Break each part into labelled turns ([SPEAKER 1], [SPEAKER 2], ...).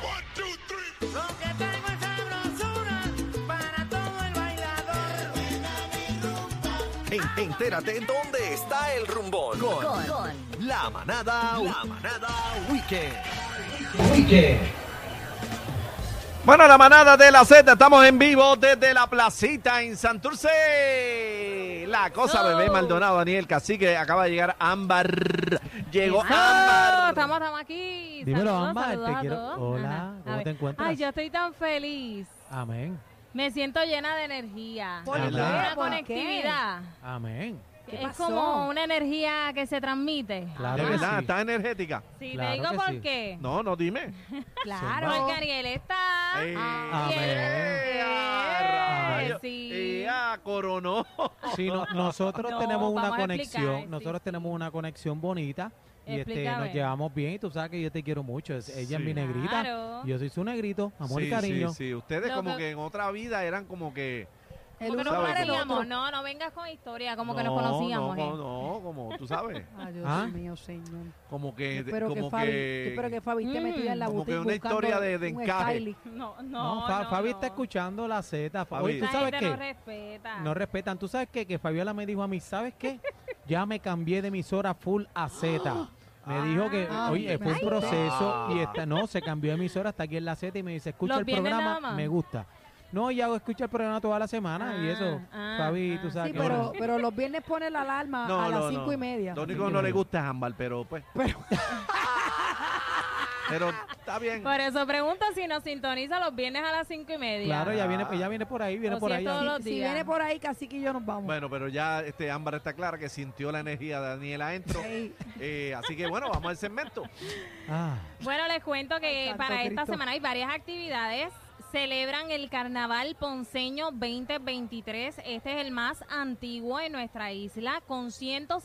[SPEAKER 1] One, two, three.
[SPEAKER 2] Lo que tengo es sabrosura para todo el bailador.
[SPEAKER 3] En- entérate dónde está el rumbón con, la manada, la manada weekend.
[SPEAKER 4] Bueno, la manada de la Z, estamos en vivo desde la placita en Santurce. La cosa, bebé Maldonado, Daniel Cacique, acaba de llegar Ámbar. Llegó
[SPEAKER 5] Ah,
[SPEAKER 4] Ámbar.
[SPEAKER 5] Estamos, estamos aquí.
[SPEAKER 6] Oh, Dímelo,
[SPEAKER 5] Saludos,
[SPEAKER 6] Ámbar,
[SPEAKER 5] saludos
[SPEAKER 6] te
[SPEAKER 5] a
[SPEAKER 6] quiero-
[SPEAKER 5] todos.
[SPEAKER 6] Hola,
[SPEAKER 5] Ajá, a
[SPEAKER 6] ¿cómo
[SPEAKER 5] ver.
[SPEAKER 6] te encuentras?
[SPEAKER 5] Ay, yo estoy tan feliz.
[SPEAKER 6] Amén.
[SPEAKER 5] Me siento llena de energía.
[SPEAKER 6] ¿Por
[SPEAKER 5] Hay
[SPEAKER 6] qué?
[SPEAKER 5] Una
[SPEAKER 7] ¿Por
[SPEAKER 5] conectividad.
[SPEAKER 6] Amén.
[SPEAKER 5] Es como una energía que se transmite.
[SPEAKER 6] Claro
[SPEAKER 4] De
[SPEAKER 6] que
[SPEAKER 4] verdad,
[SPEAKER 6] sí.
[SPEAKER 4] está energética.
[SPEAKER 5] Sí,
[SPEAKER 6] Claro
[SPEAKER 5] te digo
[SPEAKER 6] que
[SPEAKER 5] por
[SPEAKER 6] sí.
[SPEAKER 5] qué.
[SPEAKER 4] No, no, dime.
[SPEAKER 7] Claro.
[SPEAKER 5] Porque Ariel está.
[SPEAKER 4] Eh,
[SPEAKER 5] Ariel.
[SPEAKER 4] eh, a
[SPEAKER 5] Eh,
[SPEAKER 4] rayos.
[SPEAKER 5] ah, sí.
[SPEAKER 4] Eh, ah, coronó.
[SPEAKER 6] Sí, no- nosotros
[SPEAKER 5] No,
[SPEAKER 6] tenemos una
[SPEAKER 5] vamos a explicar,
[SPEAKER 6] conexión,
[SPEAKER 5] sí,
[SPEAKER 6] nosotros
[SPEAKER 5] sí.
[SPEAKER 6] tenemos una conexión bonita y este,
[SPEAKER 5] Explícame.
[SPEAKER 6] nos llevamos bien y tú sabes que yo te quiero mucho. Es- Ella es
[SPEAKER 4] Sí.
[SPEAKER 6] mi negrita,
[SPEAKER 5] Claro.
[SPEAKER 6] y yo soy su negrito, amor
[SPEAKER 4] Sí,
[SPEAKER 6] y cariño.
[SPEAKER 4] Sí, sí, ustedes
[SPEAKER 5] Lo
[SPEAKER 4] como
[SPEAKER 5] que-
[SPEAKER 4] que en otra vida eran como que...
[SPEAKER 7] El
[SPEAKER 5] Como que
[SPEAKER 7] uno
[SPEAKER 5] nos
[SPEAKER 4] sabe
[SPEAKER 7] para el
[SPEAKER 4] cómo-
[SPEAKER 5] conocíamos.
[SPEAKER 7] otro.
[SPEAKER 5] No, no vengas con historia, como que
[SPEAKER 4] no,
[SPEAKER 5] nos conocíamos.
[SPEAKER 4] No,
[SPEAKER 5] eh.
[SPEAKER 4] no, como tú sabes,
[SPEAKER 7] Ay, Dios
[SPEAKER 6] ¿Ah?
[SPEAKER 7] mío, señor.
[SPEAKER 4] como que...
[SPEAKER 7] Espero que,
[SPEAKER 4] Eh, como
[SPEAKER 7] Fabi, yo espero que Fabi esté
[SPEAKER 5] Mm.
[SPEAKER 7] metida en la
[SPEAKER 4] Como que
[SPEAKER 7] boutique
[SPEAKER 4] una
[SPEAKER 7] buscando
[SPEAKER 4] historia de- de
[SPEAKER 7] un
[SPEAKER 4] encaje.
[SPEAKER 7] styling.
[SPEAKER 5] No, no.
[SPEAKER 6] No, Fa-
[SPEAKER 5] no,
[SPEAKER 6] Fabi
[SPEAKER 5] no.
[SPEAKER 6] está escuchando la Z. Fa-
[SPEAKER 4] Fabi.
[SPEAKER 6] Oye, ¿tú
[SPEAKER 5] Esa
[SPEAKER 6] sabes
[SPEAKER 5] gente no
[SPEAKER 6] qué?
[SPEAKER 5] respeta.
[SPEAKER 6] No respetan. ¿Tú sabes qué? Que Fabiola me dijo a mí, ¿sabes qué? Ya me cambié de emisora full a
[SPEAKER 5] Ah.
[SPEAKER 6] Z. Me dijo que,
[SPEAKER 7] Ah,
[SPEAKER 6] oye, fue un
[SPEAKER 7] ay,
[SPEAKER 6] proceso
[SPEAKER 4] no.
[SPEAKER 6] y está, no, se cambió de emisora, está aquí en la Z y me dice, escucha
[SPEAKER 5] Los
[SPEAKER 6] el
[SPEAKER 5] viernes nada
[SPEAKER 6] programa,
[SPEAKER 5] más.
[SPEAKER 6] me gusta. No, y hago escucha el programa toda la semana y eso,
[SPEAKER 5] Ah,
[SPEAKER 6] Fabi,
[SPEAKER 5] ah,
[SPEAKER 6] tú sabes
[SPEAKER 7] Sí,
[SPEAKER 6] que
[SPEAKER 7] pero,
[SPEAKER 6] bueno.
[SPEAKER 7] pero los viernes pone la alarma
[SPEAKER 4] No,
[SPEAKER 7] a las
[SPEAKER 4] no,
[SPEAKER 7] cinco
[SPEAKER 4] no.
[SPEAKER 7] y media.
[SPEAKER 4] Lo único que no le gusta es ámbar, pero pues... Pero
[SPEAKER 7] Pero-
[SPEAKER 4] está bien.
[SPEAKER 5] Por eso pregunta si nos sintoniza los viernes a las cinco y media.
[SPEAKER 6] Claro, ella
[SPEAKER 4] Ah.
[SPEAKER 6] viene, ella viene por ahí, viene
[SPEAKER 5] O
[SPEAKER 6] por
[SPEAKER 5] si
[SPEAKER 6] ahí.
[SPEAKER 5] es todo
[SPEAKER 6] ahí.
[SPEAKER 5] lo- los
[SPEAKER 7] si
[SPEAKER 5] días.
[SPEAKER 7] viene por ahí, Cacique y yo nos vamos.
[SPEAKER 4] Bueno, pero ya este Ámbar está clara que sintió la energía de Daniela Entro.
[SPEAKER 7] Ey,
[SPEAKER 4] Eh, así que bueno, vamos al segmento.
[SPEAKER 6] Ah,
[SPEAKER 5] Bueno, les cuento que
[SPEAKER 7] Santo
[SPEAKER 5] para esta
[SPEAKER 7] Cristo.
[SPEAKER 5] semana hay varias actividades. Celebran el Carnaval Ponceño 2023. Este es el más antiguo en nuestra isla, con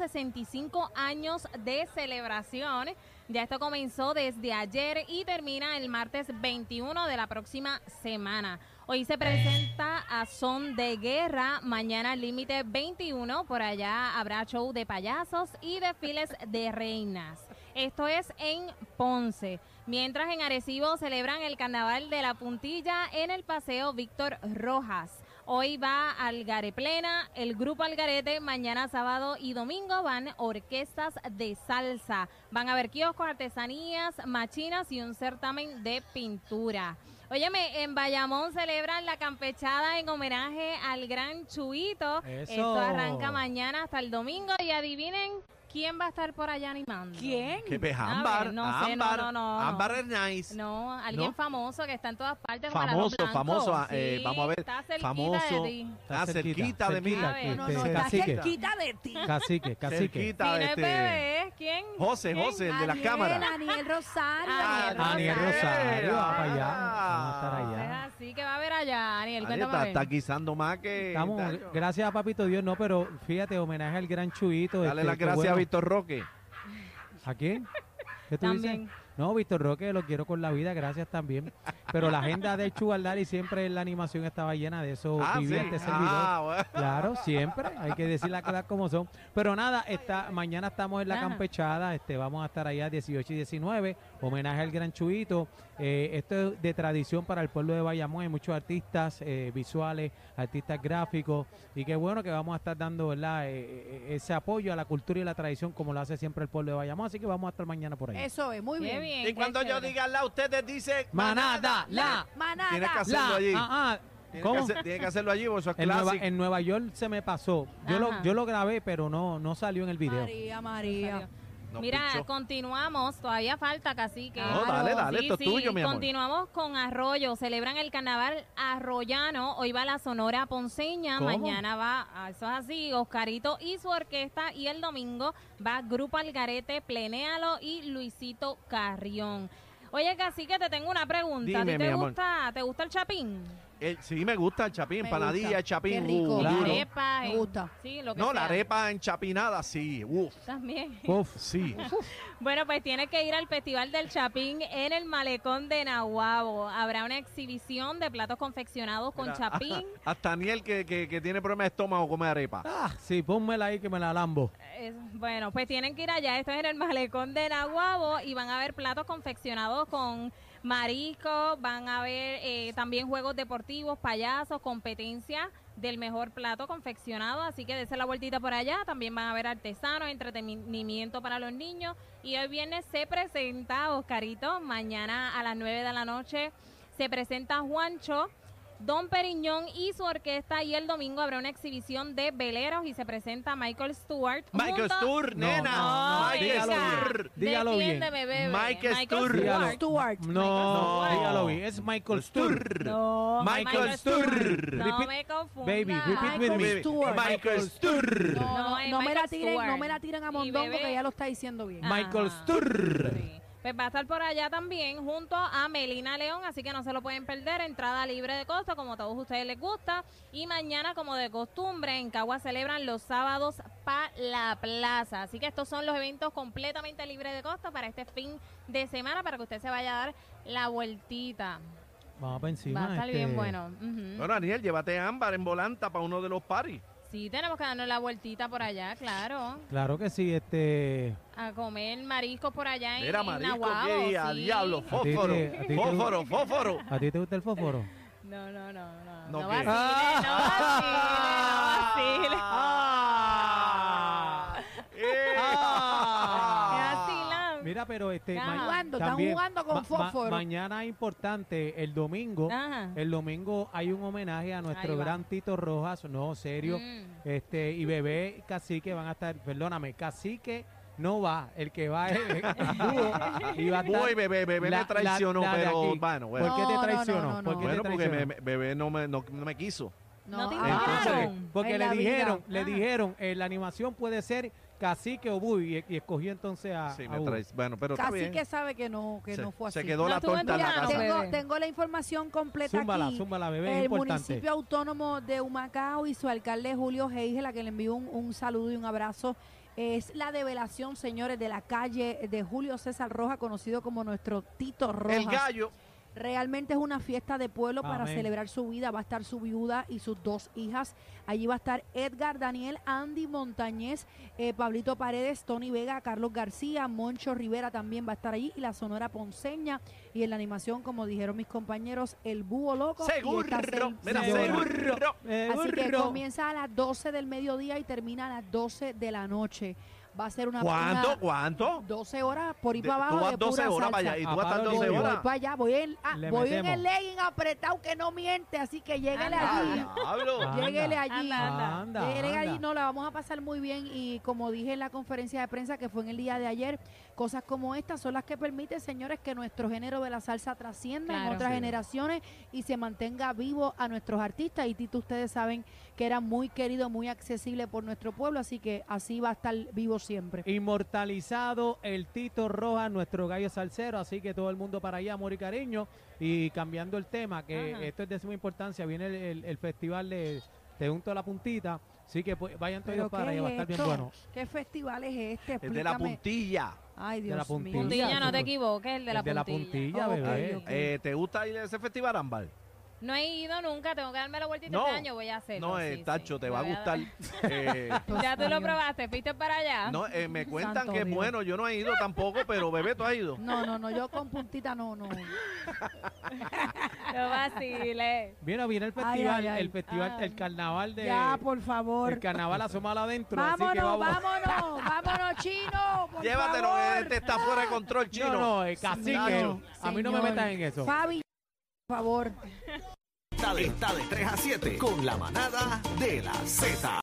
[SPEAKER 5] 165 años de celebración. Ya esto comenzó desde ayer y termina el martes 21 de la próxima semana. Hoy se presenta a Son de Guerra, mañana Límite 21. Por allá habrá show de payasos y desfiles de reinas. Esto es en Ponce. Mientras en Arecibo celebran el carnaval de la puntilla en el Paseo Víctor Rojas. Hoy va Algare Plena, el grupo Algarete, mañana sábado y domingo van orquestas de salsa. Van a haber kioscos, artesanías, machinas y un certamen de pintura. Óyeme, en Bayamón celebran la campechada en homenaje al gran Chuito.
[SPEAKER 6] Eso.
[SPEAKER 5] Esto arranca mañana hasta el domingo y adivinen quién va a estar por allá animando.
[SPEAKER 7] ¿Quién?
[SPEAKER 4] Que pues
[SPEAKER 5] A ver,
[SPEAKER 4] Ámbar,
[SPEAKER 5] no sé, no,
[SPEAKER 4] Ámbar,
[SPEAKER 5] no, no, no.
[SPEAKER 4] Ámbar es nice.
[SPEAKER 5] No, alguien
[SPEAKER 4] ¿No?
[SPEAKER 5] famoso que está en todas partes. como
[SPEAKER 4] Famoso,
[SPEAKER 5] Arroz Blanco.
[SPEAKER 4] famoso, ah, eh,
[SPEAKER 5] Sí,
[SPEAKER 4] vamos a ver,
[SPEAKER 5] Está cerquita
[SPEAKER 4] famoso.
[SPEAKER 5] de ti.
[SPEAKER 4] Está cerquita de mí.
[SPEAKER 5] que
[SPEAKER 7] No,
[SPEAKER 5] este,
[SPEAKER 7] no, está
[SPEAKER 6] cacique,
[SPEAKER 7] cerquita de ti.
[SPEAKER 6] cacique, cacique.
[SPEAKER 5] Si no
[SPEAKER 4] Cerquita de
[SPEAKER 5] es
[SPEAKER 4] este.
[SPEAKER 5] bebé, ¿quién?
[SPEAKER 4] José,
[SPEAKER 5] ¿Quién?
[SPEAKER 4] José, el de las
[SPEAKER 7] Aniel,
[SPEAKER 4] cámaras.
[SPEAKER 7] Aniel Rosario.
[SPEAKER 5] Ah,
[SPEAKER 7] Aniel
[SPEAKER 6] Daniel
[SPEAKER 5] Rosario.
[SPEAKER 6] Rosario, va para allá,
[SPEAKER 4] Ah.
[SPEAKER 6] vamos a estar allá.
[SPEAKER 5] Es así que va a ver allá, Daniel.
[SPEAKER 4] Ahí
[SPEAKER 5] Cuéntame.
[SPEAKER 4] Está,
[SPEAKER 5] a ver.
[SPEAKER 4] está guisando más que.
[SPEAKER 6] Estamos,
[SPEAKER 4] Tacho.
[SPEAKER 6] gracias a Papito Dios, no, pero fíjate, homenaje al gran Chuito.
[SPEAKER 4] Dale
[SPEAKER 6] este,
[SPEAKER 4] las
[SPEAKER 6] qué
[SPEAKER 4] gracias a
[SPEAKER 6] bueno.
[SPEAKER 4] Víctor Roque.
[SPEAKER 6] ¿A quién? ¿Qué tú
[SPEAKER 5] También.
[SPEAKER 6] dices? No, Víctor Roque, lo quiero con la vida, gracias también. Pero la agenda del Chugaldari siempre en la animación estaba llena de eso.
[SPEAKER 4] Ah, sí.
[SPEAKER 6] vivía este servidor.
[SPEAKER 4] Ah, bueno.
[SPEAKER 6] Claro, siempre, hay que decir las cosas como son. Pero nada, está, mañana estamos en la
[SPEAKER 5] Ajá.
[SPEAKER 6] campechada, este, vamos a estar allá 18 y 19, homenaje al gran Chuito. Eh, esto es de tradición para el pueblo de Bayamón, hay muchos artistas eh, visuales, artistas gráficos, y qué bueno que vamos a estar dando ¿verdad? Eh, eh, ese apoyo a la cultura y la tradición como lo hace siempre el pueblo de Bayamón, así que vamos a estar mañana por ahí.
[SPEAKER 7] Eso es, muy
[SPEAKER 5] Qué
[SPEAKER 7] bien.
[SPEAKER 5] bien.
[SPEAKER 4] Y cuando
[SPEAKER 5] qué
[SPEAKER 4] yo
[SPEAKER 5] chévere.
[SPEAKER 4] diga la, ustedes dicen.
[SPEAKER 6] Manada, la,
[SPEAKER 7] Manada.
[SPEAKER 4] Tienes que hacerlo
[SPEAKER 6] la,
[SPEAKER 4] allí.
[SPEAKER 6] ah, ah.
[SPEAKER 4] Tiene que,
[SPEAKER 6] ¿Cómo?
[SPEAKER 4] hacer- tiene que hacerlo allí, porque eso es
[SPEAKER 6] En Nueva,
[SPEAKER 4] clásico.
[SPEAKER 6] en Nueva York se me pasó. Yo
[SPEAKER 5] Ajá.
[SPEAKER 6] lo, yo lo grabé, pero no, no salió en el video.
[SPEAKER 7] María, María.
[SPEAKER 4] No,
[SPEAKER 5] Mira,
[SPEAKER 4] pichó.
[SPEAKER 5] continuamos, todavía falta cacique.
[SPEAKER 4] No, dale, dale, esto es tuyo, mi amor.
[SPEAKER 5] Continuamos con Arroyo, celebran el carnaval arroyano, hoy va la Sonora Ponceña,
[SPEAKER 6] ¿Cómo?
[SPEAKER 5] mañana va, ah, eso es así, Oscarito y su orquesta, y el domingo va Grupo Algarete, Plenéalo y Luisito Carrión. Oye, Cacique, te tengo una pregunta. ¿A ti
[SPEAKER 4] Dime, mi
[SPEAKER 5] te,
[SPEAKER 4] amor.
[SPEAKER 5] gusta, ¿Te gusta el chapín?
[SPEAKER 4] Eh, sí, me gusta el chapín,
[SPEAKER 7] Me
[SPEAKER 4] empanadilla,
[SPEAKER 7] gusta.
[SPEAKER 4] el chapín.
[SPEAKER 7] Qué rico.
[SPEAKER 4] uh,
[SPEAKER 7] La
[SPEAKER 5] Y
[SPEAKER 4] duro.
[SPEAKER 7] arepa.
[SPEAKER 5] arepas,
[SPEAKER 7] Me
[SPEAKER 5] y-
[SPEAKER 7] gusta.
[SPEAKER 5] Sí, lo que
[SPEAKER 4] No, la
[SPEAKER 5] sea.
[SPEAKER 4] arepa enchapinada, sí. Uf,
[SPEAKER 5] También.
[SPEAKER 6] Uf,
[SPEAKER 4] sí.
[SPEAKER 5] Bueno, pues tiene que ir al Festival del Chapín en el Malecón de Nahuabo. Habrá una exhibición de platos confeccionados con
[SPEAKER 4] Mira,
[SPEAKER 5] chapín.
[SPEAKER 4] Hasta Daniel, que, que, que tiene problemas de estómago, come arepa.
[SPEAKER 6] ah, sí, pónmela ahí que me la lambo.
[SPEAKER 5] Es- bueno, pues tienen que ir allá. Esto es en el Malecón de Nahuabo y van a ver platos confeccionados con marico, van a ver eh, también juegos deportivos, payasos, competencia del mejor plato confeccionado. Así que dése la vueltita por allá. También van a ver artesanos, entretenimiento para los niños. Y hoy viernes se presenta Oscarito. Mañana a las 9 de la noche se presenta Juancho. Don Periñón y su orquesta y el domingo habrá una exhibición de veleros y se presenta Michael Stewart.
[SPEAKER 4] Michael
[SPEAKER 5] junto-
[SPEAKER 4] Stur,
[SPEAKER 6] No,
[SPEAKER 4] nena.
[SPEAKER 6] no, no,
[SPEAKER 4] Michael
[SPEAKER 6] dígalo
[SPEAKER 5] venga,
[SPEAKER 6] bien.
[SPEAKER 4] Stur.
[SPEAKER 6] Dígalo bien.
[SPEAKER 5] defiéndeme, bebé.
[SPEAKER 4] Michael Stewart.
[SPEAKER 6] Dígalo.
[SPEAKER 7] Stuart.
[SPEAKER 6] No,
[SPEAKER 4] Michael Stewart.
[SPEAKER 6] dígalo bien. Es Michael Stur.
[SPEAKER 4] Stur.
[SPEAKER 5] No,
[SPEAKER 4] Michael Stewart.
[SPEAKER 5] No
[SPEAKER 6] Repeat-
[SPEAKER 5] me confunda.
[SPEAKER 6] Baby, repeat with
[SPEAKER 7] Michael
[SPEAKER 6] me.
[SPEAKER 7] Stewart.
[SPEAKER 4] Michael Stur.
[SPEAKER 7] No, no,
[SPEAKER 5] es
[SPEAKER 7] no me la
[SPEAKER 5] Michael
[SPEAKER 7] tiren,
[SPEAKER 5] Stewart.
[SPEAKER 7] no me la tiren a
[SPEAKER 5] Y
[SPEAKER 7] Mondongo
[SPEAKER 5] bebé.
[SPEAKER 7] que ya lo está diciendo bien.
[SPEAKER 5] Ah.
[SPEAKER 6] Michael
[SPEAKER 5] Ajá.
[SPEAKER 6] Stur.
[SPEAKER 5] Sí. Pues va a estar por allá también junto a Melina León, así que no se lo pueden perder. Entrada libre de costo, como a todos ustedes les gusta. Y mañana, como de costumbre, en Cagua celebran los sábados para la plaza. Así que estos son los eventos completamente libres de costo para este fin de semana, para que usted se vaya a dar la vueltita.
[SPEAKER 6] Vamos para encima.
[SPEAKER 5] va a estar
[SPEAKER 6] este,
[SPEAKER 5] bien bueno. Ujú.
[SPEAKER 4] Bueno, Daniel, llévate ámbar en volanta para uno de los paris.
[SPEAKER 5] Sí, tenemos que darnos la vueltita por allá, claro.
[SPEAKER 6] Claro que sí, este.
[SPEAKER 5] A comer marisco por allá en,
[SPEAKER 4] Era
[SPEAKER 5] en
[SPEAKER 4] marisco,
[SPEAKER 5] Nahuabo,
[SPEAKER 4] qué día,
[SPEAKER 5] sí.
[SPEAKER 4] diablo, fósforo,
[SPEAKER 6] A ti te- a ti te-
[SPEAKER 4] fósforo, fósforo.
[SPEAKER 6] ¿A ti te gusta el fósforo?
[SPEAKER 5] No, no, no, no.
[SPEAKER 4] ¿No
[SPEAKER 5] No,
[SPEAKER 4] qué?
[SPEAKER 5] vacile, no vacile, no vacile.
[SPEAKER 4] Ah. Eh.
[SPEAKER 5] Ah, vacilan.
[SPEAKER 6] Mira, pero este.
[SPEAKER 5] Están
[SPEAKER 6] ma-
[SPEAKER 7] jugando, están jugando con
[SPEAKER 6] ma- ma-
[SPEAKER 7] fósforo. Ah.
[SPEAKER 6] mañana importante, el domingo.
[SPEAKER 5] Ajá.
[SPEAKER 6] El domingo hay un homenaje a nuestro
[SPEAKER 5] Ahí va.
[SPEAKER 6] gran Tito Rojas. No, serio.
[SPEAKER 5] Mm.
[SPEAKER 6] Este, y bebé cacique van a estar, perdóname, cacique no va, el que va es el dúo y va a estar.
[SPEAKER 4] Voy, bebé, bebé me traicionó,
[SPEAKER 6] la de
[SPEAKER 4] pero
[SPEAKER 6] aquí.
[SPEAKER 4] bueno, bueno.
[SPEAKER 6] ¿Por qué
[SPEAKER 7] No,
[SPEAKER 6] te
[SPEAKER 7] no,
[SPEAKER 6] traicionó?
[SPEAKER 7] no,
[SPEAKER 6] ¿Por
[SPEAKER 7] no, no.
[SPEAKER 6] qué te
[SPEAKER 4] Bueno, porque
[SPEAKER 6] traicionó?
[SPEAKER 4] me- me- bebé no me, no- no me quiso.
[SPEAKER 5] No te
[SPEAKER 7] ah,
[SPEAKER 5] invitaron.
[SPEAKER 6] Entonces,
[SPEAKER 5] Claro.
[SPEAKER 6] porque
[SPEAKER 7] En
[SPEAKER 6] le
[SPEAKER 7] la vida.
[SPEAKER 6] dijeron, le
[SPEAKER 5] Ah.
[SPEAKER 6] dijeron, eh, la animación puede ser cacique o Bubi, y, y escogió entonces a,
[SPEAKER 4] Sí,
[SPEAKER 6] a
[SPEAKER 4] me
[SPEAKER 6] Bubi.
[SPEAKER 4] trai- Bueno, pero está
[SPEAKER 7] Casi
[SPEAKER 4] bien.
[SPEAKER 7] que sabe que no, que
[SPEAKER 4] se,
[SPEAKER 7] no fue así.
[SPEAKER 4] se quedó
[SPEAKER 5] No
[SPEAKER 4] la
[SPEAKER 5] estuvo en
[SPEAKER 4] torta en la
[SPEAKER 5] Milano,
[SPEAKER 4] casa.
[SPEAKER 5] bebé.
[SPEAKER 7] tengo, tengo la información completa
[SPEAKER 6] Zúmbala,
[SPEAKER 7] aquí.
[SPEAKER 6] zúmbala, bebé, es
[SPEAKER 7] El
[SPEAKER 6] importante.
[SPEAKER 7] municipio autónomo de Humacao y su alcalde Julio Heigel, a quien le envío un, un saludo y un abrazo. Es la develación, señores, de la calle de Julio César Roja, conocido como nuestro Tito Rojas.
[SPEAKER 4] El gallo.
[SPEAKER 7] Realmente es una fiesta de pueblo para
[SPEAKER 6] Amén.
[SPEAKER 7] celebrar su vida. Va a estar su viuda y sus dos hijas. Allí va a estar Edgar, Daniel, Andy Montañez, eh, Pablito Paredes, Tony Vega, Carlos García, Moncho Rivera también va a estar allí. Y la Sonora Ponceña. Y en la animación, como dijeron mis compañeros, el Búho Loco. y
[SPEAKER 4] Seguro.
[SPEAKER 7] esta sen-
[SPEAKER 4] Mira,
[SPEAKER 6] Seguro.
[SPEAKER 4] seguro.
[SPEAKER 6] Eh,
[SPEAKER 7] Así que
[SPEAKER 6] burro.
[SPEAKER 7] comienza a las 12 del mediodía y termina a las 12 de la noche. Va a ser una.
[SPEAKER 4] ¿Cuánto?
[SPEAKER 7] una-
[SPEAKER 4] ¿Cuánto?
[SPEAKER 7] 12 horas por ir
[SPEAKER 4] De-
[SPEAKER 7] para abajo.
[SPEAKER 4] tú vas
[SPEAKER 7] de
[SPEAKER 4] 12
[SPEAKER 7] pura
[SPEAKER 4] horas para
[SPEAKER 7] salsa.
[SPEAKER 4] allá y tú
[SPEAKER 6] Ah,
[SPEAKER 4] vas a estar
[SPEAKER 6] Pablo,
[SPEAKER 4] 12
[SPEAKER 6] yo
[SPEAKER 7] Voy
[SPEAKER 4] horas.
[SPEAKER 7] para allá, voy en, ah,
[SPEAKER 6] Le
[SPEAKER 7] voy en
[SPEAKER 6] metemos.
[SPEAKER 7] el legging apretado que no miente, así que lléguele
[SPEAKER 5] Anda.
[SPEAKER 7] allí.
[SPEAKER 4] Ah, diablo.
[SPEAKER 6] Ah.
[SPEAKER 7] Lléguele allí.
[SPEAKER 5] Anda, anda.
[SPEAKER 6] Anda,
[SPEAKER 7] Lléguele
[SPEAKER 6] anda.
[SPEAKER 7] allí, no, la vamos a pasar muy bien y como dije en la conferencia de prensa que fue en el día de ayer, cosas como estas son las que permiten, señores, que nuestro género de la salsa trascienda en
[SPEAKER 5] Claro.
[SPEAKER 7] otras
[SPEAKER 4] Sí.
[SPEAKER 7] generaciones y se mantenga vivo a nuestros artistas. Y Tito, ustedes saben que era muy querido, muy accesible por nuestro pueblo, así que así va a estar vivo siempre.
[SPEAKER 6] Inmortalizado el Tito Rojas, nuestro gallo salsero, así que todo el mundo para allá, amor y cariño. Y cambiando el tema, que
[SPEAKER 5] Ajá.
[SPEAKER 6] esto es de suma importancia, viene el, el- el festival de Te Unto la Puntita, así que pues, vayan todos
[SPEAKER 7] Pero
[SPEAKER 6] para
[SPEAKER 7] ¿qué,
[SPEAKER 6] allá, va a
[SPEAKER 7] es
[SPEAKER 6] estar bien
[SPEAKER 7] esto?
[SPEAKER 6] bueno.
[SPEAKER 7] ¿Qué festival es este?
[SPEAKER 4] Es de la
[SPEAKER 7] Explícame.
[SPEAKER 4] puntilla.
[SPEAKER 7] Ay,
[SPEAKER 6] De la
[SPEAKER 7] Dios mío.
[SPEAKER 6] puntilla.
[SPEAKER 5] Puntilla, no te
[SPEAKER 6] Seguro.
[SPEAKER 5] equivoques, el de la
[SPEAKER 6] El de la
[SPEAKER 5] puntilla.
[SPEAKER 6] puntilla,
[SPEAKER 7] Ok,
[SPEAKER 6] bebé.
[SPEAKER 7] ok.
[SPEAKER 4] Eh, ¿Te gusta ir a ese festival, Ámbar?
[SPEAKER 5] No he ido nunca, tengo que darme la vueltita
[SPEAKER 4] No.
[SPEAKER 5] este año, voy a hacerlo.
[SPEAKER 4] No,
[SPEAKER 5] sí,
[SPEAKER 4] eh,
[SPEAKER 5] sí.
[SPEAKER 4] Tacho, te
[SPEAKER 5] Me
[SPEAKER 4] va a
[SPEAKER 5] voy
[SPEAKER 4] gustar. Eh,
[SPEAKER 5] dar- Ya tú
[SPEAKER 7] Dios
[SPEAKER 5] lo
[SPEAKER 7] mío.
[SPEAKER 5] probaste, fuiste para allá.
[SPEAKER 4] no, eh, me cuentan
[SPEAKER 7] Santo
[SPEAKER 4] que es
[SPEAKER 7] Dios.
[SPEAKER 4] bueno. Yo no he ido tampoco, pero bebé, tú has ido.
[SPEAKER 7] No, no, no, yo con puntita no, no.
[SPEAKER 5] No vaciles.
[SPEAKER 6] Viene, viene el
[SPEAKER 7] Ay,
[SPEAKER 6] festival,
[SPEAKER 7] ay, ay.
[SPEAKER 6] el festival,
[SPEAKER 5] Ah.
[SPEAKER 6] el carnaval de...
[SPEAKER 7] Ya, por
[SPEAKER 6] el
[SPEAKER 7] favor.
[SPEAKER 6] carnaval asomado adentro,
[SPEAKER 7] Vámonos,
[SPEAKER 6] así que vamos.
[SPEAKER 7] vámonos, vámonos, chino. Por
[SPEAKER 4] Llévatelo,
[SPEAKER 7] favor.
[SPEAKER 4] que este está fuera de control, chino.
[SPEAKER 6] No, no, eh, cacique,
[SPEAKER 4] Nacho.
[SPEAKER 6] a mí no me
[SPEAKER 7] Señor.
[SPEAKER 6] metas en eso.
[SPEAKER 7] Fabi, por favor.
[SPEAKER 3] Está de, está de 3 a 7 con la manada de la Z.